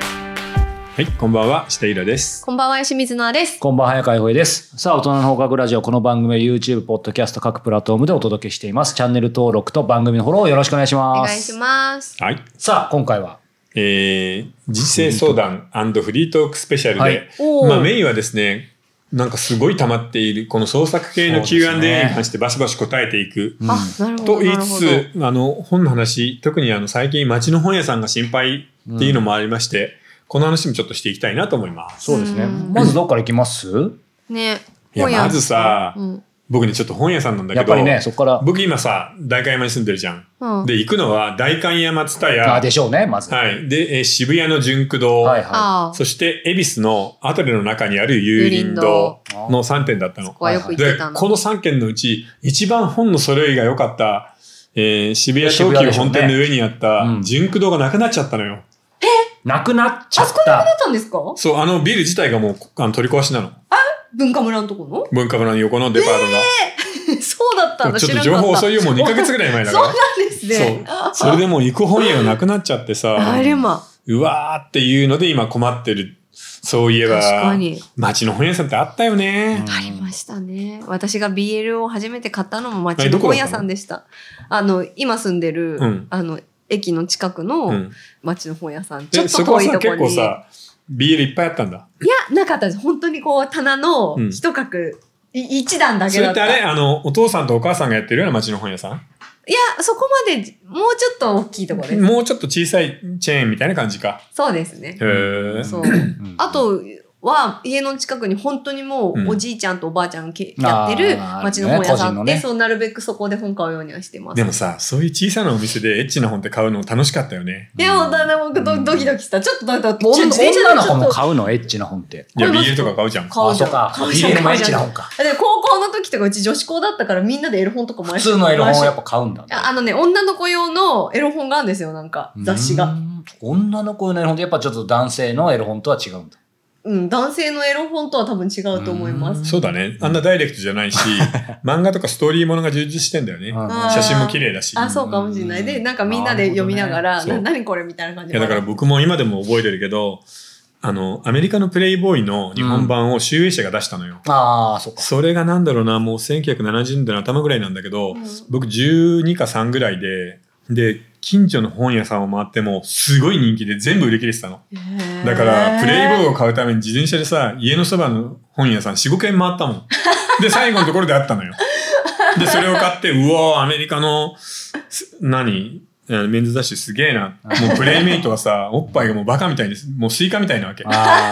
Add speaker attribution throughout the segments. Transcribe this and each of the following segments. Speaker 1: はい、こんばんは、下井です。
Speaker 2: こんばんは、清水菜です。
Speaker 3: こんばんは、早川洋平です。さあ、大人の放課後ラジオ、この番組は YouTube、ポッドキャスト、各プラットフォームでお届けしています。チャンネル登録と番組のフォローよろしくお願いし
Speaker 2: お
Speaker 3: ます。
Speaker 2: 願いします。
Speaker 1: はい、
Speaker 3: さあ、今回は、
Speaker 1: えー、時勢相談フリートークスペシャルで、
Speaker 3: はい
Speaker 2: おー
Speaker 1: まあメインはですね、なんかすごい溜まっている、この創作系の
Speaker 3: そうです
Speaker 1: Q&A に
Speaker 3: ね
Speaker 1: 関してバシバシ答えていく。
Speaker 2: あ、なるほど。
Speaker 1: と言いつ
Speaker 2: なるほど
Speaker 1: つ、あの、本の話、特にあの、最近街の本屋さんが心配っていうのもありまして、この話もちょっとしていきたいなと思います。
Speaker 3: そうですね。
Speaker 2: うん
Speaker 3: まずどっから行きます
Speaker 2: ね。
Speaker 1: いや
Speaker 2: 本屋
Speaker 1: まずさ
Speaker 2: うん。
Speaker 1: 僕ね、ちょっと本屋さんなんだけど、
Speaker 3: やっぱりね、そこから、
Speaker 1: 僕今さ、代官山に住んでるじゃん。
Speaker 2: うん
Speaker 1: で、行くのは、代官山津田屋、
Speaker 3: あでしょうね、まず。
Speaker 1: はい。で、えー渋谷の純駆堂、
Speaker 3: はいは
Speaker 2: ああ、
Speaker 1: そして、恵比寿のアトレの中にある有林堂
Speaker 3: 有林堂
Speaker 1: の3店だったの
Speaker 2: こ。こはよく行っ
Speaker 1: で
Speaker 2: てた、の。
Speaker 1: この3軒のうち、一番本の揃いが良かった、えー渋谷東
Speaker 3: 渋谷
Speaker 1: 急
Speaker 3: でしょうね
Speaker 1: 本店の上にあった
Speaker 3: うん
Speaker 1: 純駆堂がなくなっちゃったのよ。
Speaker 3: い。なくなっちゃっ
Speaker 2: あ
Speaker 3: た。
Speaker 2: ったんですか
Speaker 1: そう、あのビル自体がもうあの取り壊しなの。
Speaker 2: 文化村のとこの
Speaker 1: 文化村の横のデパート
Speaker 2: そうだったん
Speaker 1: が。
Speaker 2: だ、
Speaker 1: ちょ
Speaker 2: 知
Speaker 1: っと
Speaker 2: らな
Speaker 1: 情
Speaker 2: かった。
Speaker 1: 報遅いよ、もう2ヶ月ぐらい前だから。
Speaker 2: そうですね。
Speaker 1: そう。それでもう行く本屋がなくなっちゃってさ、
Speaker 2: あれま。
Speaker 1: うわーっていうので今困ってる。そういえば
Speaker 2: 確、かに。
Speaker 1: 街の本屋さんってあったよね。
Speaker 2: ありましたね。私が BL を初めて買ったのも
Speaker 1: え
Speaker 2: 町
Speaker 1: ど
Speaker 2: の
Speaker 1: こだったの
Speaker 2: 本屋さんでした。あの、今住んでる、
Speaker 1: うん
Speaker 2: あの、駅の近く
Speaker 1: う
Speaker 2: の
Speaker 1: ん。
Speaker 2: 町の本屋さん。ちょ
Speaker 1: で、
Speaker 2: っ
Speaker 1: そ
Speaker 2: と
Speaker 1: こは
Speaker 2: 遠い
Speaker 1: さ、
Speaker 2: とこ
Speaker 1: 結
Speaker 2: に。
Speaker 1: 構さ、ビールいっぱいあったんだ。
Speaker 2: いや、なかったです。本当にこう、棚の
Speaker 1: うん
Speaker 2: 一角、い一段だけ
Speaker 1: それ
Speaker 2: だ
Speaker 1: っ
Speaker 2: ってた。
Speaker 1: あれあの、お父さんとお母さんがやってるような街の本屋さん
Speaker 2: いや、そこまで、もうちょっと大きいところです。
Speaker 1: もうちょっと小さいチェーンみたいな感じか。
Speaker 2: そうですね。
Speaker 1: へえ。
Speaker 2: そう。
Speaker 3: うん
Speaker 2: あ、とは、家の近くに本当にも
Speaker 1: うん
Speaker 2: う、おじいちゃんとおばあちゃんがけやってる
Speaker 3: あー
Speaker 2: 町の本屋さん
Speaker 3: あるね個人の
Speaker 2: で、
Speaker 3: ね
Speaker 2: そう、なるべくそこで本買うようにはしてます。
Speaker 1: でもさ、そういう小さなお店でエッチな本って買うの楽しかったよね。
Speaker 2: いや、もうだんだん僕
Speaker 3: う
Speaker 2: ド
Speaker 3: ん
Speaker 2: ドキドキした。ちょっとドキドキ。ちょ
Speaker 3: 女
Speaker 2: っと電車で
Speaker 3: 女の子
Speaker 2: ち
Speaker 3: も
Speaker 2: ょっと
Speaker 3: 買うの、エッチな本って。
Speaker 1: いや、
Speaker 2: これ
Speaker 1: ビ
Speaker 2: も
Speaker 1: ールとか買うじゃん。
Speaker 2: 買う
Speaker 3: あ、
Speaker 2: じ
Speaker 3: そ
Speaker 2: ゃ。
Speaker 3: うんか。
Speaker 2: 買うじゃん
Speaker 3: BL もエ
Speaker 2: 買う
Speaker 3: ッ
Speaker 2: じ
Speaker 3: チな
Speaker 2: ゃん
Speaker 3: 本か。
Speaker 2: で高校の時とかうち女子校だったからみんなでエロ本とか毎
Speaker 3: 普
Speaker 2: 週
Speaker 3: 通のエロ本
Speaker 2: 毎
Speaker 3: を
Speaker 2: 週
Speaker 3: やっぱ買うんだね。
Speaker 2: あのね、女の子用のエロ本があるんですよ、なんか、雑誌
Speaker 3: う
Speaker 2: が。
Speaker 3: ん。女の子のエロ本ってやっぱちょっと男性のエロ本とは違うんだ。
Speaker 2: うん、男性のエロ本とは多分違うと思います。
Speaker 1: そうだね。あんなダイレクトじゃ ないし、漫画とかストーリーものが充実してんだよね。
Speaker 3: うん
Speaker 2: あー
Speaker 1: 写真も綺麗だし。
Speaker 2: あ、そうかもしれな
Speaker 3: う
Speaker 2: い。
Speaker 3: ん
Speaker 2: で、なんかみんなで読みなが
Speaker 1: な
Speaker 2: ら、
Speaker 1: るほどね
Speaker 2: な何これみたいな感じ
Speaker 1: い
Speaker 2: で。
Speaker 1: やだから僕も今でも覚えてるけど、あの、アメリカのプレイボーイの日本版を集英社が出したのよ。
Speaker 3: ああ、そっか。
Speaker 1: それがなんだろうな、もう1970年代の頭ぐらいなんだけど、
Speaker 2: うん
Speaker 1: 僕12か3ぐらいで、で、近所の本屋さんを回っても、すごい人気で全部売り切れてたの。
Speaker 2: へー
Speaker 1: だから、プレイボーイを買うために自転車でさ、家のそばの本屋さん4、5軒回ったもん。で、最後のところであった のよ。で、それを買って、うわーアメリカの、す何えーメンズ雑誌すげえな。もうプレイメイトはさ、おっぱいがもうバカみたいです。もうスイカみたいなわけ。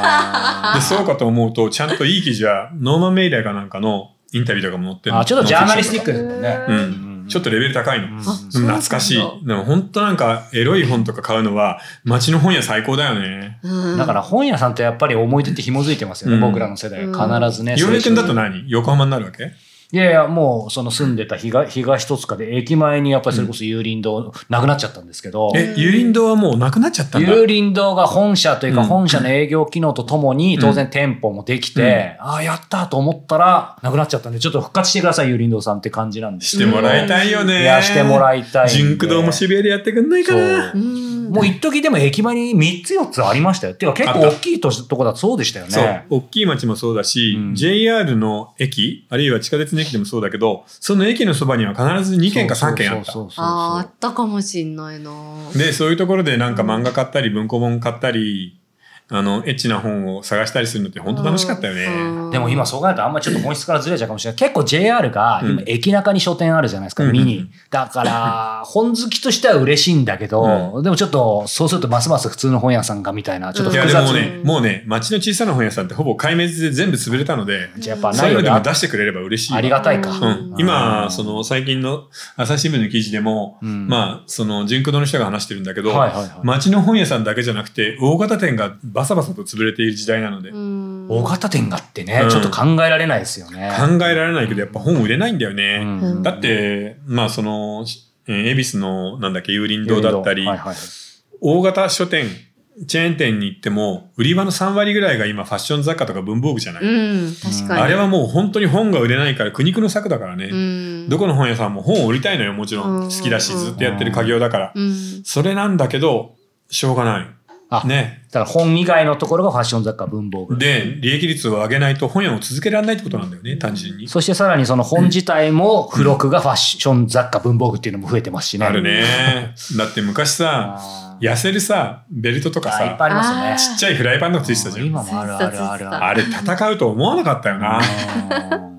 Speaker 3: あ
Speaker 1: で、
Speaker 3: ー
Speaker 1: そうかと思うと、ちゃんといい記事は、ノーマン・メイラーかなんかのインタビューとかも載ってるの
Speaker 3: あちょっとジャーナリスティックですもんね。
Speaker 1: う
Speaker 2: うん
Speaker 1: ん。ちょっとレベル高いの。
Speaker 3: う
Speaker 1: うんん
Speaker 2: あそうなんだ
Speaker 1: 懐かしい。でも本当なんか、エロい本とか買うのは、街の本屋最高だよね。
Speaker 2: うん
Speaker 3: だから本屋さんとやっぱり思い出って紐づいてますよね、
Speaker 1: うん
Speaker 3: 僕らの世代は必ずね。
Speaker 1: いろ
Speaker 3: 青
Speaker 1: ね君
Speaker 3: 春
Speaker 1: だと何横浜になるわけ
Speaker 3: いやいや、もうその住んでた東東戸塚で駅前にやっぱりそれこそ有林堂、なくなっちゃったんですけど、
Speaker 1: え、ゆりん堂はもうなくなっちゃったんだ。
Speaker 3: 有林堂が本社というか
Speaker 1: うん
Speaker 3: 本社の営業機能とともに当然店舗もできて、ああ、やったと思ったらなくなっちゃったんで、ちょっと復活してください、有林堂さんって感じなんです
Speaker 1: してもらいたいよ
Speaker 3: い
Speaker 1: ね。
Speaker 3: や、してもらいたいんで。
Speaker 1: ジンク堂も渋谷でやってくんないかな。
Speaker 3: そう
Speaker 2: うん
Speaker 3: もう一時でも駅前に3つ4つありましたよ。っていうか結構大きいとしとこだとそうでしたよね。
Speaker 1: そう。大きい町もそうだし、
Speaker 3: うん
Speaker 1: JR の駅、あるいは地下鉄の駅でもそうだけど、その駅のそばには必ず2軒か3軒あった。
Speaker 3: そうそうそう
Speaker 2: あーあ
Speaker 3: そう
Speaker 2: ったかもしんないなぁ
Speaker 1: で、そういうところでなんか漫画買ったり、文庫本買ったり、あの、エッチな本を探したりするのって本当楽しかったよね。
Speaker 3: でも今そう考えるとあんまりちょっと本質からずれちゃうかもしれない。結構 JR が
Speaker 1: うん
Speaker 3: 今駅中に書店あるじゃないですか、
Speaker 1: うん
Speaker 3: ミニ。だから、本好きとしては嬉しいんだけど、でもちょっとそうするとますます普通の本屋さんがみたいな、ちょっと
Speaker 1: いや
Speaker 3: 複
Speaker 1: で
Speaker 3: 雑
Speaker 1: も
Speaker 3: に。
Speaker 1: ね、もうね、町の小さな本屋さんってほぼ壊滅で全部潰れたので、
Speaker 3: じゃあやっぱ
Speaker 1: そう
Speaker 3: ない
Speaker 1: いう
Speaker 3: よ
Speaker 1: の
Speaker 3: ね
Speaker 1: でも出してくれれば嬉しいわ。
Speaker 3: ありがたいか。
Speaker 2: う
Speaker 1: うん、今、その最近の朝日新聞の記事でも、
Speaker 3: うん
Speaker 1: まあ、その純駆動の人が話してるんだけど、
Speaker 3: はいはいはい
Speaker 1: 町の本屋さんだけじゃなくて、大型店がバサバサと潰れている時代なので、考
Speaker 2: うん
Speaker 3: 大型店があってね、
Speaker 1: うん
Speaker 3: ちょっと考えられないですよね。
Speaker 1: えられないけど、やっぱ本売れないんだよね。
Speaker 2: うん
Speaker 1: だって、まあ、その、えー恵比寿の、なんだっけ、有林堂だったり、
Speaker 3: はいはいはい
Speaker 1: 大型書店、チェーン店に行っても、売り場の3割ぐらいが今、ファッション雑貨とか文房具じゃない。
Speaker 2: うん確かに
Speaker 1: あれはもう本当に本が売れないから苦肉の策だからね。
Speaker 2: うん
Speaker 1: どこの本屋さんも本を売りたいのよ、もちろ
Speaker 2: うん
Speaker 1: ん。好きだし、ずっとやってる家業だから。
Speaker 2: うん
Speaker 1: それなんだけど、しょうがない。
Speaker 3: あ
Speaker 1: ね。
Speaker 3: だから本以外のところがファッション雑貨、文房具。
Speaker 1: で、利益率を上げないと本屋を続けられないってことなんだよね、単純に。
Speaker 3: そしてさらにその本自体も付録がファッション雑貨、文房具っていうのも増えてますしね。
Speaker 1: あるね。だって昔さ、
Speaker 3: あー。
Speaker 1: 痩せるさ、ベルトとか
Speaker 3: あーいっ
Speaker 1: さ、
Speaker 3: ぱいありますよね。
Speaker 2: あ
Speaker 1: ちっちゃいフライパンとかついてたじゃん。
Speaker 3: 今もあるあるある
Speaker 1: あ
Speaker 3: ある。
Speaker 1: れ戦うと思わなかったよな。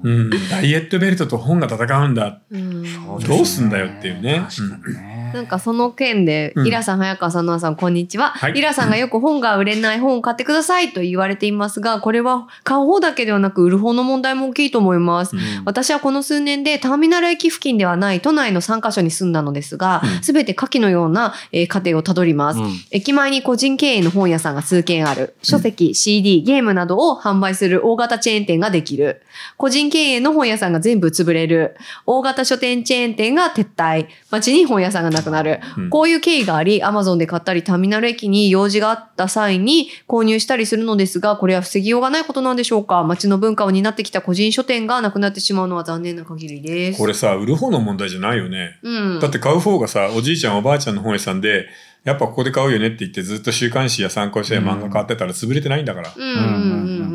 Speaker 1: うん、ダイエットベルトと本が戦うんだ。
Speaker 2: うん
Speaker 1: うどすんだよっていうね
Speaker 3: 確かにね
Speaker 2: なんかその件で、
Speaker 1: うん
Speaker 2: イラさん、早川さん、ノアさん、こんにちは、
Speaker 1: はい
Speaker 2: イラさんがよく本が売れない本を買ってくださいと言われていますが、これは買う方だけではなく、売る方の問題も大きいと思います。
Speaker 1: うん
Speaker 2: 私はこの数年でターミナル駅付近ではない都内の3カ所に住んだのですが
Speaker 1: う、ん
Speaker 2: すべて下記のような、えー過程をたどります。
Speaker 3: うん
Speaker 2: 駅前に個人経営の本屋さんが数軒ある。書籍、CD、ゲームなどを販売する大型チェーン店ができる。個人経営の本屋さんが全部潰れる。大型書店チェーン店が撤退。街に本屋さんがなくなる。
Speaker 1: うん
Speaker 2: こういう経緯があり、Amazon で買ったり、ターミナル駅に用事があった際に購入したりするのですが、これは防ぎようがないことなんでしょうか街の文化を担ってきた個人書店がなくなってしまうのは残念な限りです。
Speaker 1: これさ、売る方の問題じゃないよね。
Speaker 2: うん。
Speaker 1: だって買う方がさ、おじいちゃんおばあちゃんの本屋さんで、やっぱここで買うよねって言ってずっと週刊誌や参考書や漫画買ってたら潰れてないんだから。
Speaker 2: うんうんう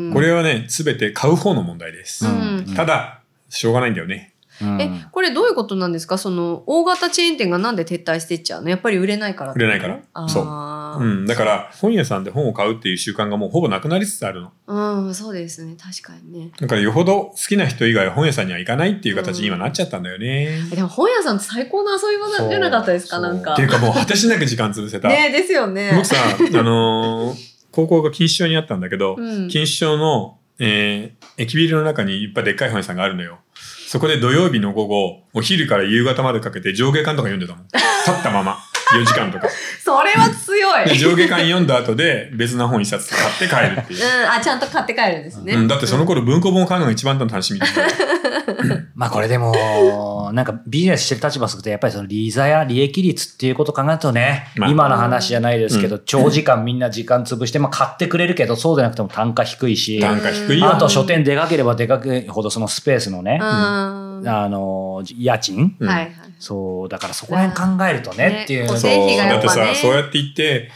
Speaker 2: んうん。
Speaker 1: これはね、すべて買う方の問題です
Speaker 2: う。ん
Speaker 1: ただ、しょうがないんだよね。
Speaker 3: うん
Speaker 2: え、これどういうことなんですかその、大型チェーン店がなんで撤退していっちゃうのやっぱり売れないから
Speaker 1: 売れないからそう
Speaker 2: あ
Speaker 1: う
Speaker 2: ー
Speaker 1: ん、だから本屋さんで本を買うっていう習慣がもうほぼなくなりつつあるの
Speaker 2: うん、そうですね。確かにね。
Speaker 1: だからよほど好きな人以外は本屋さんには行かないっていう形に今なっちゃったんだよね、
Speaker 2: えでも本屋さんって最高の遊び場
Speaker 3: そう
Speaker 2: じゃなかったですか
Speaker 3: そう
Speaker 2: なんか
Speaker 1: ってい。うかもう果てしなく時間潰せた、
Speaker 2: ねですよね
Speaker 1: 僕。さあのー高校が錦糸町にあったんだけど、
Speaker 2: うん
Speaker 1: 錦糸町の、えー駅ビルの中にいっぱいでっかい本屋さんがあるのよそこで土曜日の午後お昼から夕方までかけて上下巻とか読んでたもん立ったま ま4時間とか
Speaker 2: それは強
Speaker 1: で
Speaker 2: い。
Speaker 1: 上下巻読んだ後で別な本一冊買って帰るっていう
Speaker 2: うん、あ、ちゃんと買って帰るんですね。
Speaker 1: うん、だってその頃文庫本を買うのが一番の楽しみだった
Speaker 3: まあこれで も、なんかビジネスしてる立場すると、やっぱりその利ザや利益率っていうことを考えるとね、
Speaker 1: まあ
Speaker 3: 今の話じゃないですけど、長時間みんな時間潰して、まあ買ってくれるけど、そうでなくても単価低いし、
Speaker 1: 単価低いよ
Speaker 3: あと書店出かければ出かけるほどそのスペースのね、
Speaker 2: うん。は
Speaker 3: あの、家賃
Speaker 1: うん
Speaker 2: いはい。
Speaker 3: そう、だからそこら辺考えるとね
Speaker 2: ね
Speaker 3: っていう。
Speaker 2: 固
Speaker 1: そう
Speaker 2: 定費が
Speaker 1: だ
Speaker 2: や
Speaker 1: っ
Speaker 2: ってぱね
Speaker 1: さそうやって言って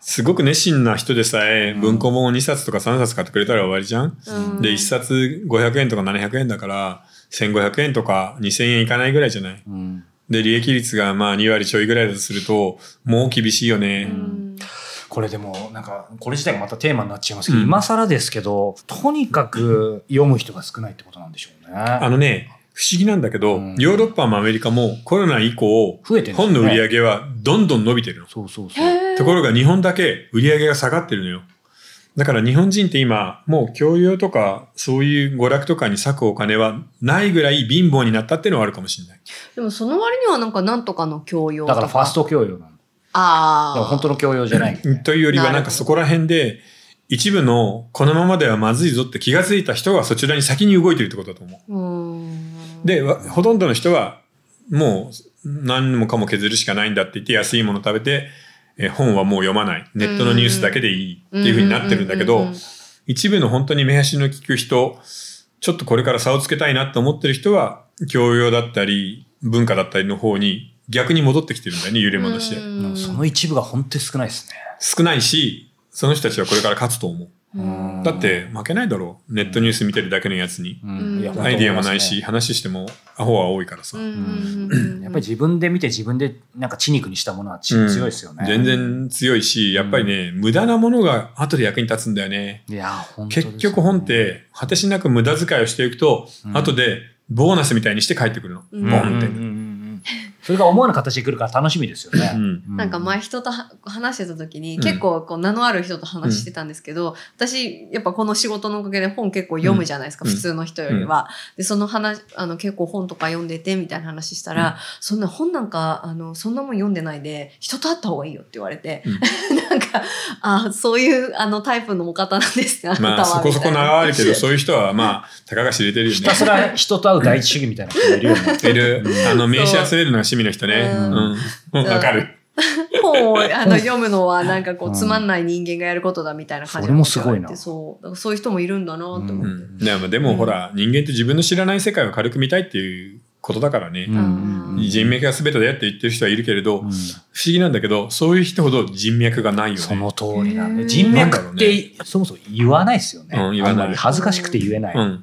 Speaker 1: すごく熱心な人でさえ文庫本を2冊とか3冊買ってくれたら終わりじゃん、
Speaker 2: うん
Speaker 1: で1冊500円とか700円だから1500円とか2000円いかないぐらいじゃない
Speaker 3: うん
Speaker 1: で利益率がまあ2割ちょいぐらいだとするともう厳しいよね、
Speaker 2: うん
Speaker 3: これでもなんかこれ自体がまたテーマになっちゃいますけど、
Speaker 1: うん
Speaker 3: 今更ですけどとにかく読む人が少ないってことなんでしょうね。
Speaker 1: あのね不思議なんだけど、
Speaker 3: うん
Speaker 1: ヨーロッパもアメリカもコロナ以降
Speaker 3: 増えてるんですよ
Speaker 1: 本
Speaker 3: ね
Speaker 1: の売り上げはどんどん伸びてるの
Speaker 3: そうそうそう。
Speaker 2: へー
Speaker 1: ところが日本だけ売り上げが下がってるのよ。だから日本人って今、もう教養とか、そういう娯楽とかに割くお金はないぐらい貧乏になったっていうのはあるかもしれない。
Speaker 2: でもその割にはなんかなんとかの教養と
Speaker 3: だからファース。ト教養なの。
Speaker 2: あ
Speaker 3: だから
Speaker 2: あ。
Speaker 3: 本当の教養じゃない、
Speaker 1: というよりは
Speaker 2: なるほど
Speaker 1: なんかそこら辺で、一部のこのままではまずいぞって気がついた人がそちらに先に動いてるってことだと思
Speaker 2: うん
Speaker 1: う。で、わほとんどの人はもう何もかも削るしかないんだって言って安いもの食べて、え本はもう読まない。ネットのニュースだけでいいっていうふうになってるんだけ
Speaker 2: う
Speaker 1: ど
Speaker 2: んうんうんうん、
Speaker 1: 一部の本当に目端の利く人、ちょっとこれから差をつけたいなと思ってる人は、教養だったり、文化だったりの方に逆に戻ってきてるんだよね、揺れ戻して。
Speaker 2: うん
Speaker 3: その一部が本当に少ないですね。
Speaker 1: 少ないし、その人たちはこれから勝つと思う。
Speaker 2: うん
Speaker 1: だって負けないだろう。ネットニュース見てるだけのやつに。
Speaker 2: うん
Speaker 3: や本当
Speaker 1: アイディアもない
Speaker 3: 思
Speaker 1: し、
Speaker 3: ま
Speaker 1: 話してもアホは多いからさ。
Speaker 2: うん
Speaker 3: すね。やっぱり自分で見て自分でなんか血肉にしたものは血強いですよね。
Speaker 1: 全然強いし、やっぱりね、無駄なものが後で役に立つんだよね。
Speaker 3: いや本当ですね
Speaker 1: 結局本っ、て果てしなく無駄遣いをしていくと、
Speaker 3: うん
Speaker 1: 後でボーナスみたいにして帰ってくるの。
Speaker 2: うん
Speaker 3: う
Speaker 1: ボ
Speaker 3: ん
Speaker 1: ンって。
Speaker 3: うんうんうんうんそれが思わぬ形で来るから楽しみですよね。
Speaker 1: うん
Speaker 3: う
Speaker 2: なんか前人とは話してた時に、
Speaker 1: うん
Speaker 2: 結構こう名のある人と話してたんですけど、私やっぱこの仕事のおかげで本結構読むじゃないですか、
Speaker 1: うん
Speaker 2: 普通の人よりは。でその話あの結構本とか読んでてみたいな話したら、そんな本なんかあのそんなもん読んでないで人と会った方がいいよって言われて、なんかあそういうあのタイプのお方なんですねあな
Speaker 1: ま
Speaker 2: た
Speaker 1: あ
Speaker 2: は
Speaker 1: そこそこ
Speaker 2: みたい
Speaker 1: 長いけどそういう人はまあたかが知れてるよ
Speaker 3: ひたす
Speaker 1: ね。
Speaker 3: ら人と会う第一主義みたいな人もいるよね。
Speaker 1: いるあの名刺集めるのが趣味の人ね。
Speaker 2: うん
Speaker 1: うんわかる。
Speaker 2: 本をあの読むのはなんかこ
Speaker 3: う
Speaker 2: うんつまんない人間がやることだみたいな感じ
Speaker 3: それもすごいな
Speaker 2: そうだからそういう人もいるんだなと思って。
Speaker 1: うんでもでもほら人間って自分の知らない世界を軽く見たいっていうことだからね。
Speaker 3: うんうんうん
Speaker 1: 人脈が全てだよって言ってる人はいるけれど、
Speaker 3: うん
Speaker 1: 不思議なんだけど、そういう人ほど人脈がないよね。
Speaker 3: その通りなん
Speaker 2: う
Speaker 3: で
Speaker 2: ん
Speaker 3: 人脈
Speaker 1: なん
Speaker 3: っ
Speaker 1: だろう
Speaker 3: てそもそも言わないですよね、
Speaker 1: うん言わない
Speaker 3: あんまり恥ずかしくて言えない、
Speaker 1: うん。
Speaker 3: うん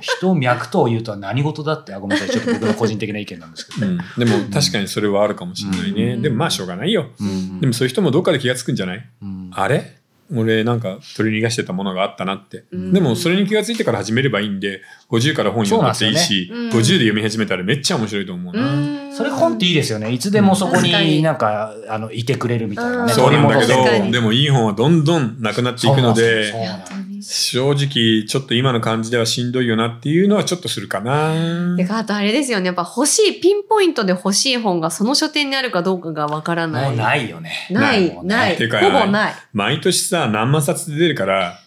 Speaker 3: 人を脈と言うとは何事だってあごめんなさいちょっと僕の個人的な意見なんですけ
Speaker 1: う
Speaker 3: ど、
Speaker 1: ん。でも確かにそれはあるかもしれないね。
Speaker 2: うん
Speaker 1: でもまあしょうがないよ。
Speaker 3: うん
Speaker 1: でもそういう人もどっかで気がつくんじゃない
Speaker 3: うん
Speaker 1: あれ俺なんか取り逃がしてたものがあったなって。
Speaker 2: うん
Speaker 1: でもそれに気がついてから始めればいいんで、50から本読んだっていいし、
Speaker 2: そうなんですよねうん
Speaker 1: 50で読み始めたらめっちゃ面白いと思うな。
Speaker 2: うん
Speaker 3: それ本っていいですよねいつでもそこ
Speaker 2: 確か
Speaker 3: に
Speaker 2: に
Speaker 3: なんかあのいてくれるみたいな
Speaker 2: う
Speaker 3: ね
Speaker 2: ん
Speaker 1: そうなんだけ
Speaker 2: 取り戻せる
Speaker 1: ど、でもいい本はどんどんなくなっていくので
Speaker 3: そう、なんですよ
Speaker 1: 正直ちょっと今の感じではしんどいよなっていうのはちょっとするかな。
Speaker 2: てかあとあれですよねやっぱ欲しいピンポイントで欲しい本がその書店にあるかどうかがわから
Speaker 3: も
Speaker 2: な
Speaker 3: う
Speaker 2: い
Speaker 3: ないよね
Speaker 2: ない
Speaker 3: もう
Speaker 2: ない
Speaker 1: っていうか
Speaker 2: ほぼない
Speaker 1: 毎年さ、何万冊で出るから、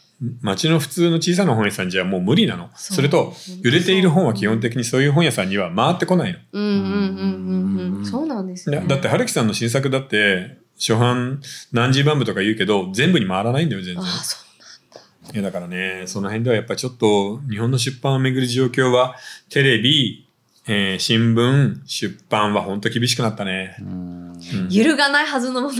Speaker 1: 街の普通の小さな本屋さんじゃもう無理なの。
Speaker 2: そう
Speaker 1: それと、売れている本は基本的にそういう本屋さんには回ってこないの。
Speaker 2: うんうんうんうん
Speaker 3: う
Speaker 2: うんんそうなんです
Speaker 1: だ
Speaker 2: よ
Speaker 1: だって、春樹さんの新作だって、初版何十万部とか言うけど、全部に回らないんだよ、全
Speaker 2: あ
Speaker 1: 然。
Speaker 2: あそ
Speaker 1: いやだからね、その辺ではやっぱりちょっと日本の出版をめぐる状況は、テレビ、えー新聞、出版は本当厳しくなったね。
Speaker 3: うん
Speaker 1: うん
Speaker 2: う揺るがないはずのものが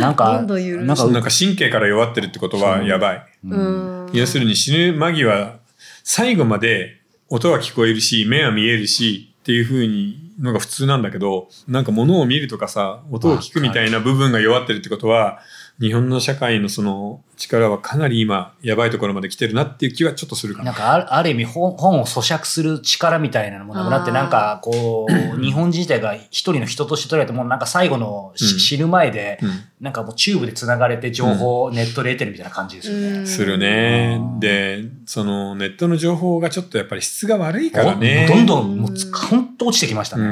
Speaker 3: なんか
Speaker 2: どんどん緩む
Speaker 3: なんか
Speaker 1: なんか神経から弱ってるってことはやばい。
Speaker 3: うん
Speaker 2: うん
Speaker 1: 要するに死ぬ間際、最後まで音は聞こえるし、目は見えるしっていう風にのが普通なんだけど、なんか物を見るとかさ、音を聞くみたいな部分が弱ってるってことは、日本の社会のその力はかなり今、やばいところまで来てるなっていう気はちょっとするか
Speaker 3: なん
Speaker 1: な。
Speaker 3: かあるある意味本本を咀嚼する力みたいなのもなくなって
Speaker 2: あー
Speaker 3: なんかこ う日本人自体が一人の人として捉えてもうなんか最後のし、
Speaker 1: うん
Speaker 3: 死ぬ前で
Speaker 1: うん
Speaker 3: なんかもうチューブでつながれて情報をネットで得てるみたいな感じですよね。
Speaker 1: するね
Speaker 3: う。ん
Speaker 1: で、そのネットの情報がちょっとやっぱり質が悪いからね。
Speaker 3: どんどんもうつ本当落ちてきました
Speaker 1: う
Speaker 3: ね。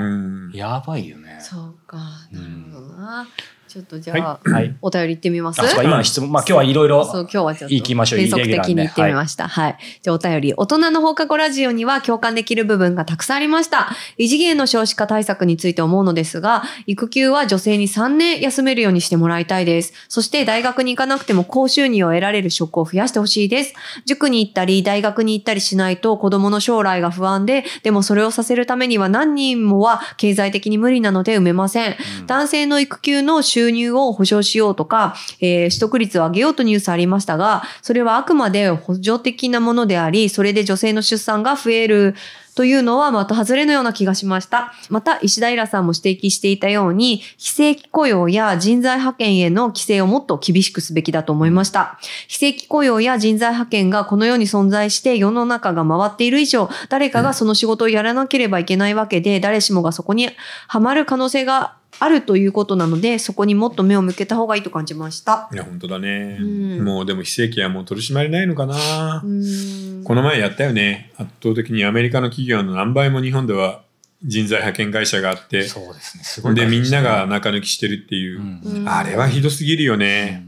Speaker 1: ん。
Speaker 3: やばいよね。
Speaker 2: そうかなるほどなちょっとじゃ
Speaker 1: は
Speaker 2: あ
Speaker 3: はい。
Speaker 2: お便り行ってみます
Speaker 3: あ、そうか、今の質問、まあ今日はいろいろ。
Speaker 2: そう、今日はちょっと。
Speaker 3: 行きましょう
Speaker 2: 変則
Speaker 3: イレギュラー
Speaker 2: 的
Speaker 3: で
Speaker 2: に行ってみました。はい。じゃあお便り、大人の放課後ラジオには共感できる部分がたくさんありました。異次元の少子化対策について思うのですが、育休は女性に3年休めるようにしてもらいたいです。そして大学に行かなくても高収入を得られる職を増やしてほしいです。塾に行ったり、大学に行ったりしないと子供の将来が不安で、でもそれをさせるためには何人もは経済的に無理なので埋めません。
Speaker 3: うん
Speaker 2: 男性の育休の収入を保障しようとか、えー取得率を上げようとニュースありましたが、それはあくまで補助的なものであり、それで女性の出産が増えるというのは的外れのような気がしました。また、石平さんも指摘していたように、非正規雇用や人材派遣への規制をもっと厳しくすべきだと思いました。非正規雇用や人材派遣がこの世に存在して世の中が回っている以上、誰かがその仕事をやらなければいけないわけで、誰しもがそこにはまる可能性があるということなので、そこにもっと目を向けた方がいいと感じました。
Speaker 1: いや、本当だね。
Speaker 2: うん
Speaker 1: もうでも非正規はもう取り締まりないのかな
Speaker 2: う。ーん
Speaker 1: この前やったよね。圧倒的にアメリカの企業の何倍も日本では人材派遣会社があって、
Speaker 3: そうですね。すごい
Speaker 1: で、
Speaker 3: 感じ
Speaker 1: み
Speaker 3: で
Speaker 1: ん
Speaker 3: す
Speaker 1: な
Speaker 3: ね。
Speaker 1: が中抜きしてるっていうう。
Speaker 3: ん。
Speaker 2: うん
Speaker 1: あれはひどすぎるよね。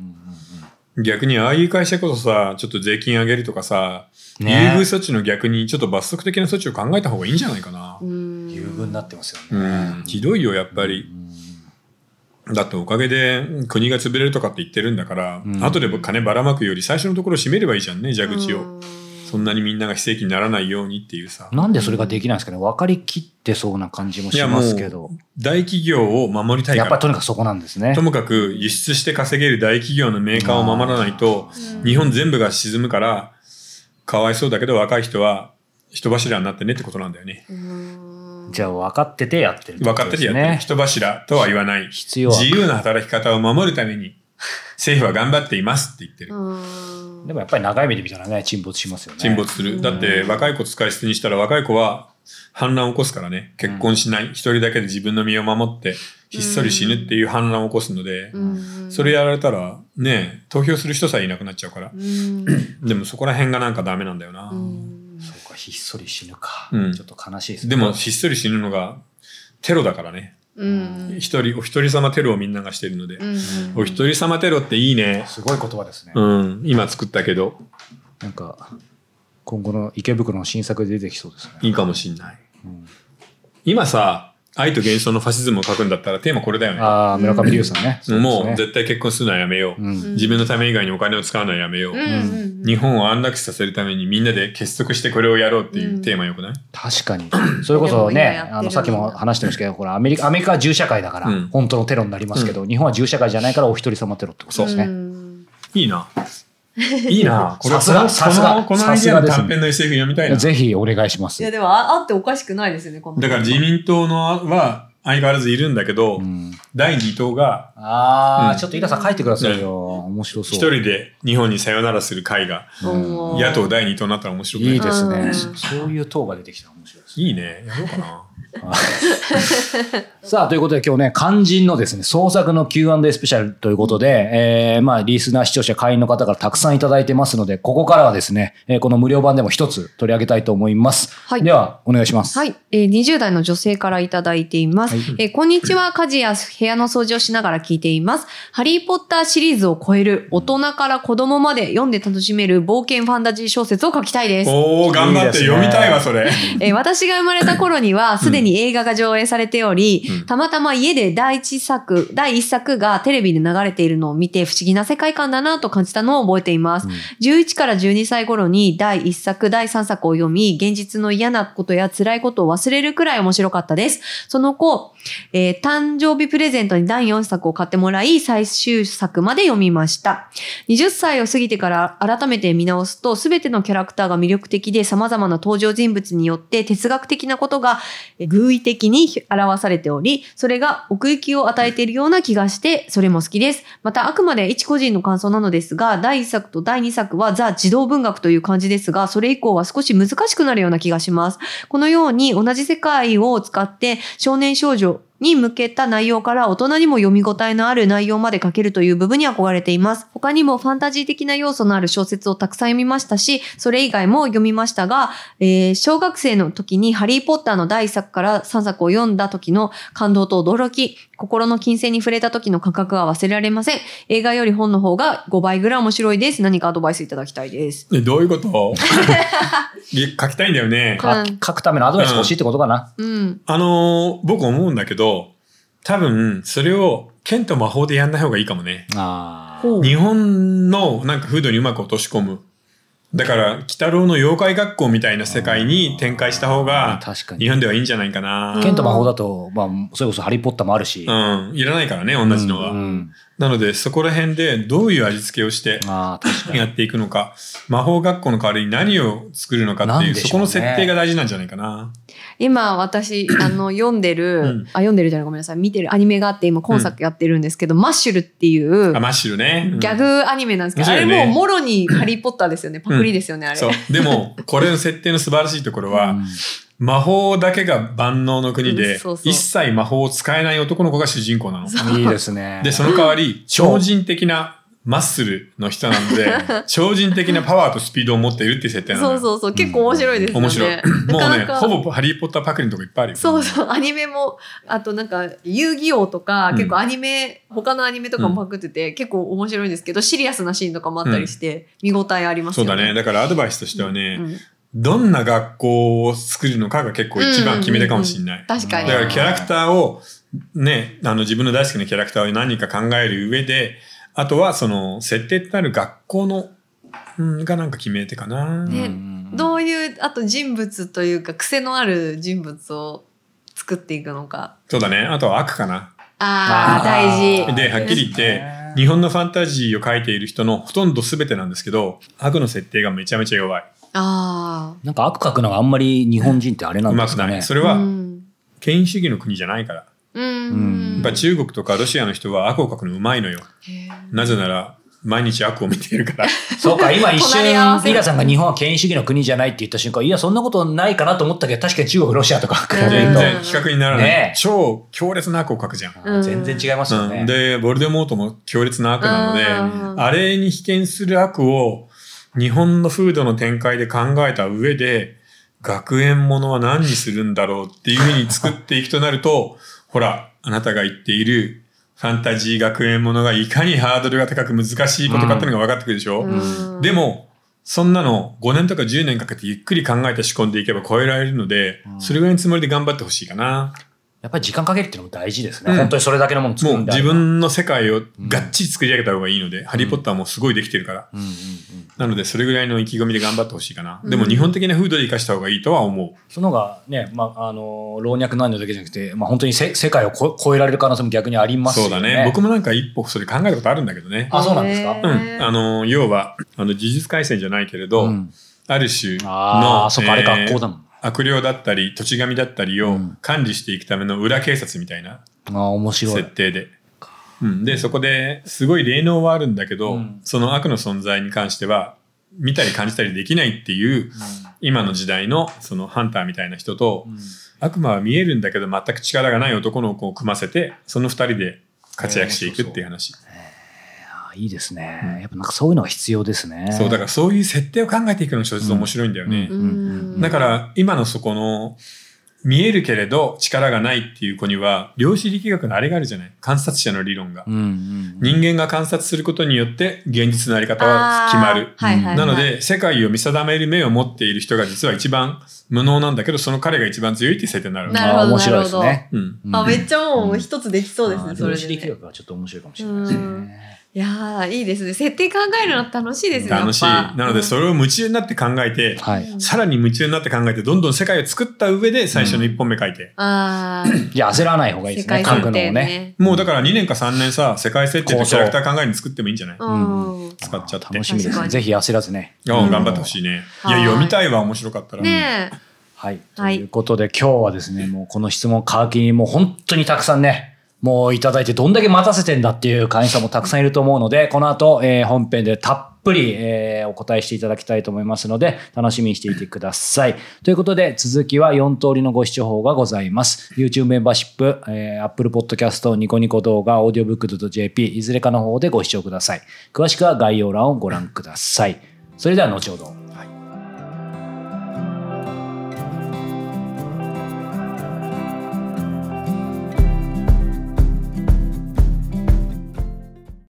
Speaker 1: 逆にああいう会社こそさ、ちょっと税金上げるとかさ、
Speaker 3: ね
Speaker 1: 優遇措置の逆にちょっと罰則的な措置を考えた方がいいんじゃないかな。
Speaker 2: うーん
Speaker 3: 優遇になってますよ
Speaker 1: う
Speaker 3: ね。
Speaker 1: ん、ひどいよ、やっぱり。だっておかげで国が潰れるとかって言ってるんだから、
Speaker 3: うん
Speaker 1: 後で金ばらまくより最初のところ閉めればいいじゃんね、蛇口
Speaker 2: う
Speaker 1: を。
Speaker 2: ん
Speaker 1: そんなにみんなが非正規にならないようにっていうさ。
Speaker 3: なんでそれができないんですかね分かりきってそうな感じもしますけど。
Speaker 1: 大企業を守りたい
Speaker 3: や
Speaker 1: か
Speaker 3: っぱ
Speaker 1: ら
Speaker 3: り。とにかくそこなんですね
Speaker 1: と。もかく輸出して稼げる大企業のメーカーを守らないと、
Speaker 2: うん
Speaker 1: 日本全部が沈むから、かわいそうだけど若い人は人柱になってねってことなんだよね。
Speaker 2: うーん
Speaker 3: じゃあ分かっててやってる
Speaker 1: 分かっててやってる。
Speaker 3: ね。
Speaker 1: 人柱とは言わない。
Speaker 3: 必要は
Speaker 1: 自。由な働き方を守るために、政府は頑張っていますって言ってる
Speaker 2: う。ーん
Speaker 3: でもやっぱり長い目で見たらね、沈没しますよね。
Speaker 1: 沈没する。だって若い子使い捨てにしたら若い子は反乱を起こすからね。結婚しない。一人だけで自分の身を守って、ひっそり死ぬっていう反乱を起こすので、
Speaker 2: うん
Speaker 1: それやられたら、ね、投票する人さえいなくなっちゃうから
Speaker 2: う。ん
Speaker 1: でもそこら辺がなんかダメなんだよな
Speaker 2: う。ん
Speaker 3: そうか、ひっそり死ぬか。
Speaker 1: うん
Speaker 3: ちょっと悲しいですね
Speaker 1: でも、ひっそり死ぬのがテロだからね。
Speaker 2: うん
Speaker 1: 一人、お一人様テロをみんながしてるので。
Speaker 2: うん
Speaker 1: お一人様テロっていいね。
Speaker 3: すごい言葉ですね。
Speaker 1: うん、今作ったけど、
Speaker 3: なんか、今後の池袋の新作で出てきそうですね。
Speaker 1: いいかもしんない。
Speaker 3: うん
Speaker 1: 今さ、愛と幻想のファシズムを書くんだったらテーマこれだよね。
Speaker 3: ああ、村上龍さんね。そです
Speaker 1: もう
Speaker 3: ね
Speaker 1: 絶対結婚するのはやめよう。
Speaker 3: うん
Speaker 2: ん
Speaker 1: 自分のため以外にお金を使うのはやめよう。
Speaker 2: うん
Speaker 1: 日本を安楽死させるためにみんなで結束してこれをやろうっていうテーマよくない、
Speaker 3: 確かに。それこそ
Speaker 2: でも今
Speaker 3: ね、
Speaker 2: やってる
Speaker 3: あの、さっきも話してましたけど、ほら、アメリカ、アメリカは銃社会だから、
Speaker 1: うん
Speaker 3: 本当のテロになりますけど、日本は銃社会じゃないからお一人様テロってことですね。
Speaker 2: うん
Speaker 1: いいな。いいな。 これ
Speaker 3: さす
Speaker 1: こ
Speaker 3: が
Speaker 1: の
Speaker 3: さすが
Speaker 1: このこのア
Speaker 3: さ
Speaker 1: イ
Speaker 3: す
Speaker 1: デ
Speaker 3: が
Speaker 1: アの
Speaker 3: です
Speaker 1: 短
Speaker 3: ね
Speaker 1: 編の SF 読みたいな。
Speaker 3: ぜひお願いしま
Speaker 2: い
Speaker 3: す
Speaker 2: や。でもああっておかしくないですよねこの
Speaker 1: だから自民党のは相変わらずいるんだけど、
Speaker 3: うん
Speaker 1: 第2党が
Speaker 3: ああ、
Speaker 1: うん
Speaker 3: ちょっと井田さん書いてくださいよ。面白そ
Speaker 1: 一
Speaker 3: う。
Speaker 1: 人で日本にさよならする会が
Speaker 2: うん
Speaker 1: 野党第2党になったら面白くない
Speaker 3: いいですね。
Speaker 2: うん
Speaker 3: そういう党が出てきたら面白いですね。
Speaker 1: いいね。やろうかな。
Speaker 3: さあ、ということで今日ね、肝心のですね、創作の Q&A スペシャルということで、えー、まあ、リスナー、視聴者、会員の方からたくさんいただいてますので、ここからはですね、えーこの無料版でも一つ取り上げたいと思います。
Speaker 2: はい
Speaker 3: では、お願いします。
Speaker 2: はい、えー、20代の女性からいただいています。
Speaker 3: はい
Speaker 2: えーこんにちは、家事や部屋の掃除をしながら聞いています。ハリー・ポッターシリーズを超える大人から子供まで読んで楽しめる冒険ファンタジー小説を書きたいです。
Speaker 1: おー、頑張って読みたいわ、それ。
Speaker 2: えー私が生まれた頃には、すでに映画が上映されており、
Speaker 1: うん
Speaker 2: たまたま家で第一作、第一作がテレビで流れているのを見て、不思議な世界観だなと感じたのを覚えています。11から12歳頃に第1作、第3作を読み、現実の嫌なことや辛いことを忘れるくらい面白かったです。その後、えー誕生日プレゼントに第4作を買ってもらい、最終作まで読みました。20歳を過ぎてから改めて見直すと、すべてのキャラクターが魅力的で、様々な登場人物によって哲学的なことがえー偶意的に表されており、それが奥行きを与えているような気がして、それも好きです。また、あくまで一個人の感想なのですが、第1作と第2作はザ・児童文学という感じですが、それ以降は少し難しくなるような気がします。このように同じ世界を使って少年少女に向けた内容から大人にも読み応えのある内容まで書けるという部分に憧れています。他にもファンタジー的な要素のある小説をたくさん読みましたし、それ以外も読みましたが、えー小学生の時にハリーポッターの第1作から3作を読んだ時の感動と驚き、心の金銭に触れた時の感覚は忘れられません。映画より本の方が5倍ぐらい面白いです。何かアドバイスいただきたいです。
Speaker 1: えどういうことい書きたいんだよ ね。
Speaker 3: か書くためのアドバイス欲しいってことかな。
Speaker 2: うん。
Speaker 1: あのー僕思うんだけど、多分、それを剣と魔法でやんない方がいいかもね。
Speaker 3: ああ。
Speaker 2: ほう
Speaker 1: 日本のなんか風土にうまく落とし込む。だから、鬼太郎の妖怪学校みたいな世界に展開した方が、
Speaker 3: 確か
Speaker 1: 日
Speaker 3: に。
Speaker 1: 本ではいいんじゃないかな。
Speaker 3: 剣と魔法だと、まあ、それこそハリー・ポッターもあるし。
Speaker 1: うん、いらないからね、同じのは。
Speaker 3: うんうん
Speaker 1: なので、そこら辺でどういう味付けをして
Speaker 3: ああ、確かに。
Speaker 1: やっていくのか、魔法学校の代わりに何を作るのかってい
Speaker 3: な
Speaker 1: う、
Speaker 3: んでしょうね
Speaker 1: そこの設定が大事なんじゃないかな。
Speaker 2: 今 私あの読んでる、
Speaker 1: ん
Speaker 2: あ読んでるじゃないごめんなさい見てるアニメがあって今今作やってるんですけど、マッシュルっていう
Speaker 1: あ、マッシュルね。うん
Speaker 2: ギャグアニメなんですけど、
Speaker 1: 面
Speaker 2: あ
Speaker 1: 白
Speaker 2: れ
Speaker 1: いね
Speaker 2: もうもろにハリー・ポッターですよねパクリですよね、あれ
Speaker 1: そう。でも、これの設定の素晴らしいところは、魔法だけが万能の国
Speaker 2: うん
Speaker 1: で
Speaker 2: そう、そう
Speaker 1: 一切魔法を使えない男の子が主人公なの。
Speaker 3: うんいいですね。
Speaker 1: で、その代わり、
Speaker 3: そう
Speaker 1: 超人的なマッスルの人なの で、超人的なパワーとスピードを持っているっていう設定なの
Speaker 2: そ
Speaker 1: よ。
Speaker 2: うそうそう結構面白いですよね、
Speaker 1: 面白い。も
Speaker 2: なか
Speaker 1: うね
Speaker 2: な、か
Speaker 1: ほぼハリーポッターパクリのとこいっぱいあるよ。
Speaker 2: そうそうアニメもあとなんか遊戯王とか、
Speaker 1: うん
Speaker 2: 結構アニメ他のアニメとかもパクってて、結構面白いんですけどシリアスなシーンとかもあったりして、見応えあります
Speaker 1: そ
Speaker 2: よ
Speaker 1: う
Speaker 2: ね
Speaker 1: だね。だからアドバイスとしてはね、
Speaker 2: うん
Speaker 1: どんな学校を作るのかが結構一番決め手かもしれない。
Speaker 2: 確か
Speaker 1: だ
Speaker 2: に
Speaker 1: からキャラクターを、ね、あの自分の大好きなキャラクターを何か考える上で、あとはその設定となる学校の、うんがなんか決め手かな。
Speaker 2: ね
Speaker 3: うん
Speaker 2: どういうあと人物というか癖のある人物を作っていくのか
Speaker 1: そうだね。あとは悪かな。
Speaker 2: ああ
Speaker 3: あー
Speaker 2: 大事
Speaker 1: で、はっきり言って、日本のファンタジーを書いている人のほとんど全てなんですけど、悪の設定がめちゃめちゃ弱い。
Speaker 2: あ
Speaker 3: なんか悪書くのがあんまり日本人ってあれな
Speaker 1: うん
Speaker 3: で
Speaker 1: ますく
Speaker 3: か
Speaker 1: な
Speaker 3: ね
Speaker 1: い。。そ
Speaker 2: あ
Speaker 1: れ
Speaker 2: う
Speaker 1: は、
Speaker 2: ん
Speaker 1: 権威主義の国じゃないから。
Speaker 2: うん
Speaker 3: ん
Speaker 1: やっぱ中国とかロシアの人は悪を書くのうまいのよ。
Speaker 2: へー
Speaker 1: なぜなら、毎日悪を見ているから。
Speaker 3: そうか、今一瞬、
Speaker 2: 隣り合わせ
Speaker 3: イラさんが日本は権威主義の国じゃないって言った瞬間、いや、そんなことないかなと思ったけど、確かに中国、ロシアとか比べ
Speaker 1: 全
Speaker 3: る
Speaker 1: 然比較にならない。
Speaker 3: ねえ
Speaker 1: 超強烈な悪を書くじゃん。
Speaker 3: と、全然違いますよ
Speaker 1: う
Speaker 3: ね
Speaker 1: ん。で、ボルデモートも強烈な悪なので、
Speaker 2: うん
Speaker 1: あれに被験する悪を日本の風土の展開で考えた上で、学園ものは何にするんだろうっていうふうに作っていくとなると、 ほら、あなたが言っているファンタジー学園ものがいかにハードルが高く難しいことかっていうのが分かってくるでしょ、
Speaker 2: うん
Speaker 1: でも、そんなの5年とか10年かけてゆっくり考えて仕込んでいけば超えられるので、それぐらいのつもりで頑張ってほしいかな。
Speaker 3: やっぱり時間かけるっていうのも大事ですね。
Speaker 1: うん
Speaker 3: 本当にそれだけのもの作
Speaker 1: も
Speaker 3: る
Speaker 1: うん
Speaker 3: だ
Speaker 1: 自、分の世界をがっちり作り上げた方がいいので、ハリー・ポッターもすごいできてるから。
Speaker 3: うんうんうん、
Speaker 1: なので、それぐらいの意気込みで頑張ってほしいかな。
Speaker 2: うん
Speaker 1: でも、日本的な風土で生かした方がいいとは思
Speaker 3: その方がね、まあ、あの、老若男女だけじゃなくて、まあ、本当にせ世界をこ超えられる可能性も逆にあり
Speaker 1: う。
Speaker 3: ますよ
Speaker 1: そ
Speaker 3: ね。
Speaker 1: うだね。僕もなんか一歩それ考えたことあるんだけどね。
Speaker 3: あそうなんですか
Speaker 2: へ
Speaker 1: う
Speaker 2: ー
Speaker 1: ん。あの、要は、あの、事実改正じゃないけれど、
Speaker 3: うん
Speaker 1: ある種の、
Speaker 3: ああ、そっか、あれ
Speaker 1: えー
Speaker 3: 学校だもん。
Speaker 1: 悪霊だったり、土地神だったり
Speaker 3: う
Speaker 1: を
Speaker 3: ん
Speaker 1: 管理していくための裏警察みたいな
Speaker 3: ああ、面白
Speaker 1: 設
Speaker 3: い。
Speaker 1: 定で。うん、で、そこですごい霊能はあるんだけど、
Speaker 3: うん
Speaker 1: その悪の存在に関しては、見たり感じたりできないっていう、今の時代のそのハンターみたいな人と、
Speaker 3: うん
Speaker 1: 悪魔は見えるんだけど全く力がない男の子を組ませて、その二人で活躍していくっていう話。
Speaker 3: ああいいです
Speaker 1: うん
Speaker 3: ね。やっぱなんかそういうのが必要ですね。
Speaker 1: そう、だからそういう設定を考えていくのが小説面白いんだよね。
Speaker 3: うん
Speaker 2: うん
Speaker 1: だから今のそこの見えるけれど力がないっていう子には量子力学のあれがあるじゃない観察者の理論が、
Speaker 3: うんうん
Speaker 1: 人間が観察することによって現実のあり方は決まる、
Speaker 2: あーはいはいは
Speaker 1: な
Speaker 2: い
Speaker 1: ので世界を見定める目を持っている人が実は一番無能なんだけどその彼が一番強いっていう設定になる
Speaker 2: な
Speaker 3: ああ面白
Speaker 2: な
Speaker 3: いで
Speaker 2: る
Speaker 3: す
Speaker 2: ほど
Speaker 3: ね。
Speaker 1: うん、
Speaker 3: うん
Speaker 2: あ、めっちゃもう一つできそうです
Speaker 3: あ
Speaker 2: ね、
Speaker 3: ー
Speaker 2: それ
Speaker 3: 量子力
Speaker 2: でね。
Speaker 3: 学はちょっと面白いかもしれないです
Speaker 2: うん
Speaker 3: ね。
Speaker 2: いやー、いいですね。設定考えるの楽しいですね。
Speaker 1: 楽しい
Speaker 2: やっぱ
Speaker 1: なのでそれを夢中になって考えて、
Speaker 3: はい。
Speaker 1: さらに夢中になって考えてどんどん世界を作った上で最初の一本目書いて、
Speaker 2: あー
Speaker 3: じゃあ焦らない方がいいで
Speaker 2: 世
Speaker 3: すね。
Speaker 2: 界
Speaker 3: 書
Speaker 2: 設
Speaker 3: くのも
Speaker 2: 定
Speaker 3: ね。
Speaker 2: ね。
Speaker 1: もうだから2年か3年さ世界設定とキャラクター考えに作ってもいいんじゃない、
Speaker 2: うん。
Speaker 1: 使っちゃって
Speaker 3: 楽しみで
Speaker 2: 確
Speaker 3: す
Speaker 2: か
Speaker 3: ね。
Speaker 2: に
Speaker 3: ぜひ焦らずね。
Speaker 1: うん、頑張ってほしいね。いや、
Speaker 2: はい
Speaker 1: 読みたいわ、面白かったら。
Speaker 2: ねえ。
Speaker 3: はい。と
Speaker 2: はい
Speaker 3: いうことで今日はですね、もうこの質問皮切りにもう本当にたくさんね、もういただいてどんだけ待たせてんだっていう会員さんもたくさんいると思うので、この後、えー本編でたっぷり、えーお答えしていただきたいと思いますので、楽しみにしていてください。ということで続きは4通りのご視聴法がございます。YouTube メンバーシップ、えー Apple Podcast、ニコニコ動画、audiobook.jp、いずれかの方でご視聴ください。詳しくは概要欄をご覧ください。それでは後ほど。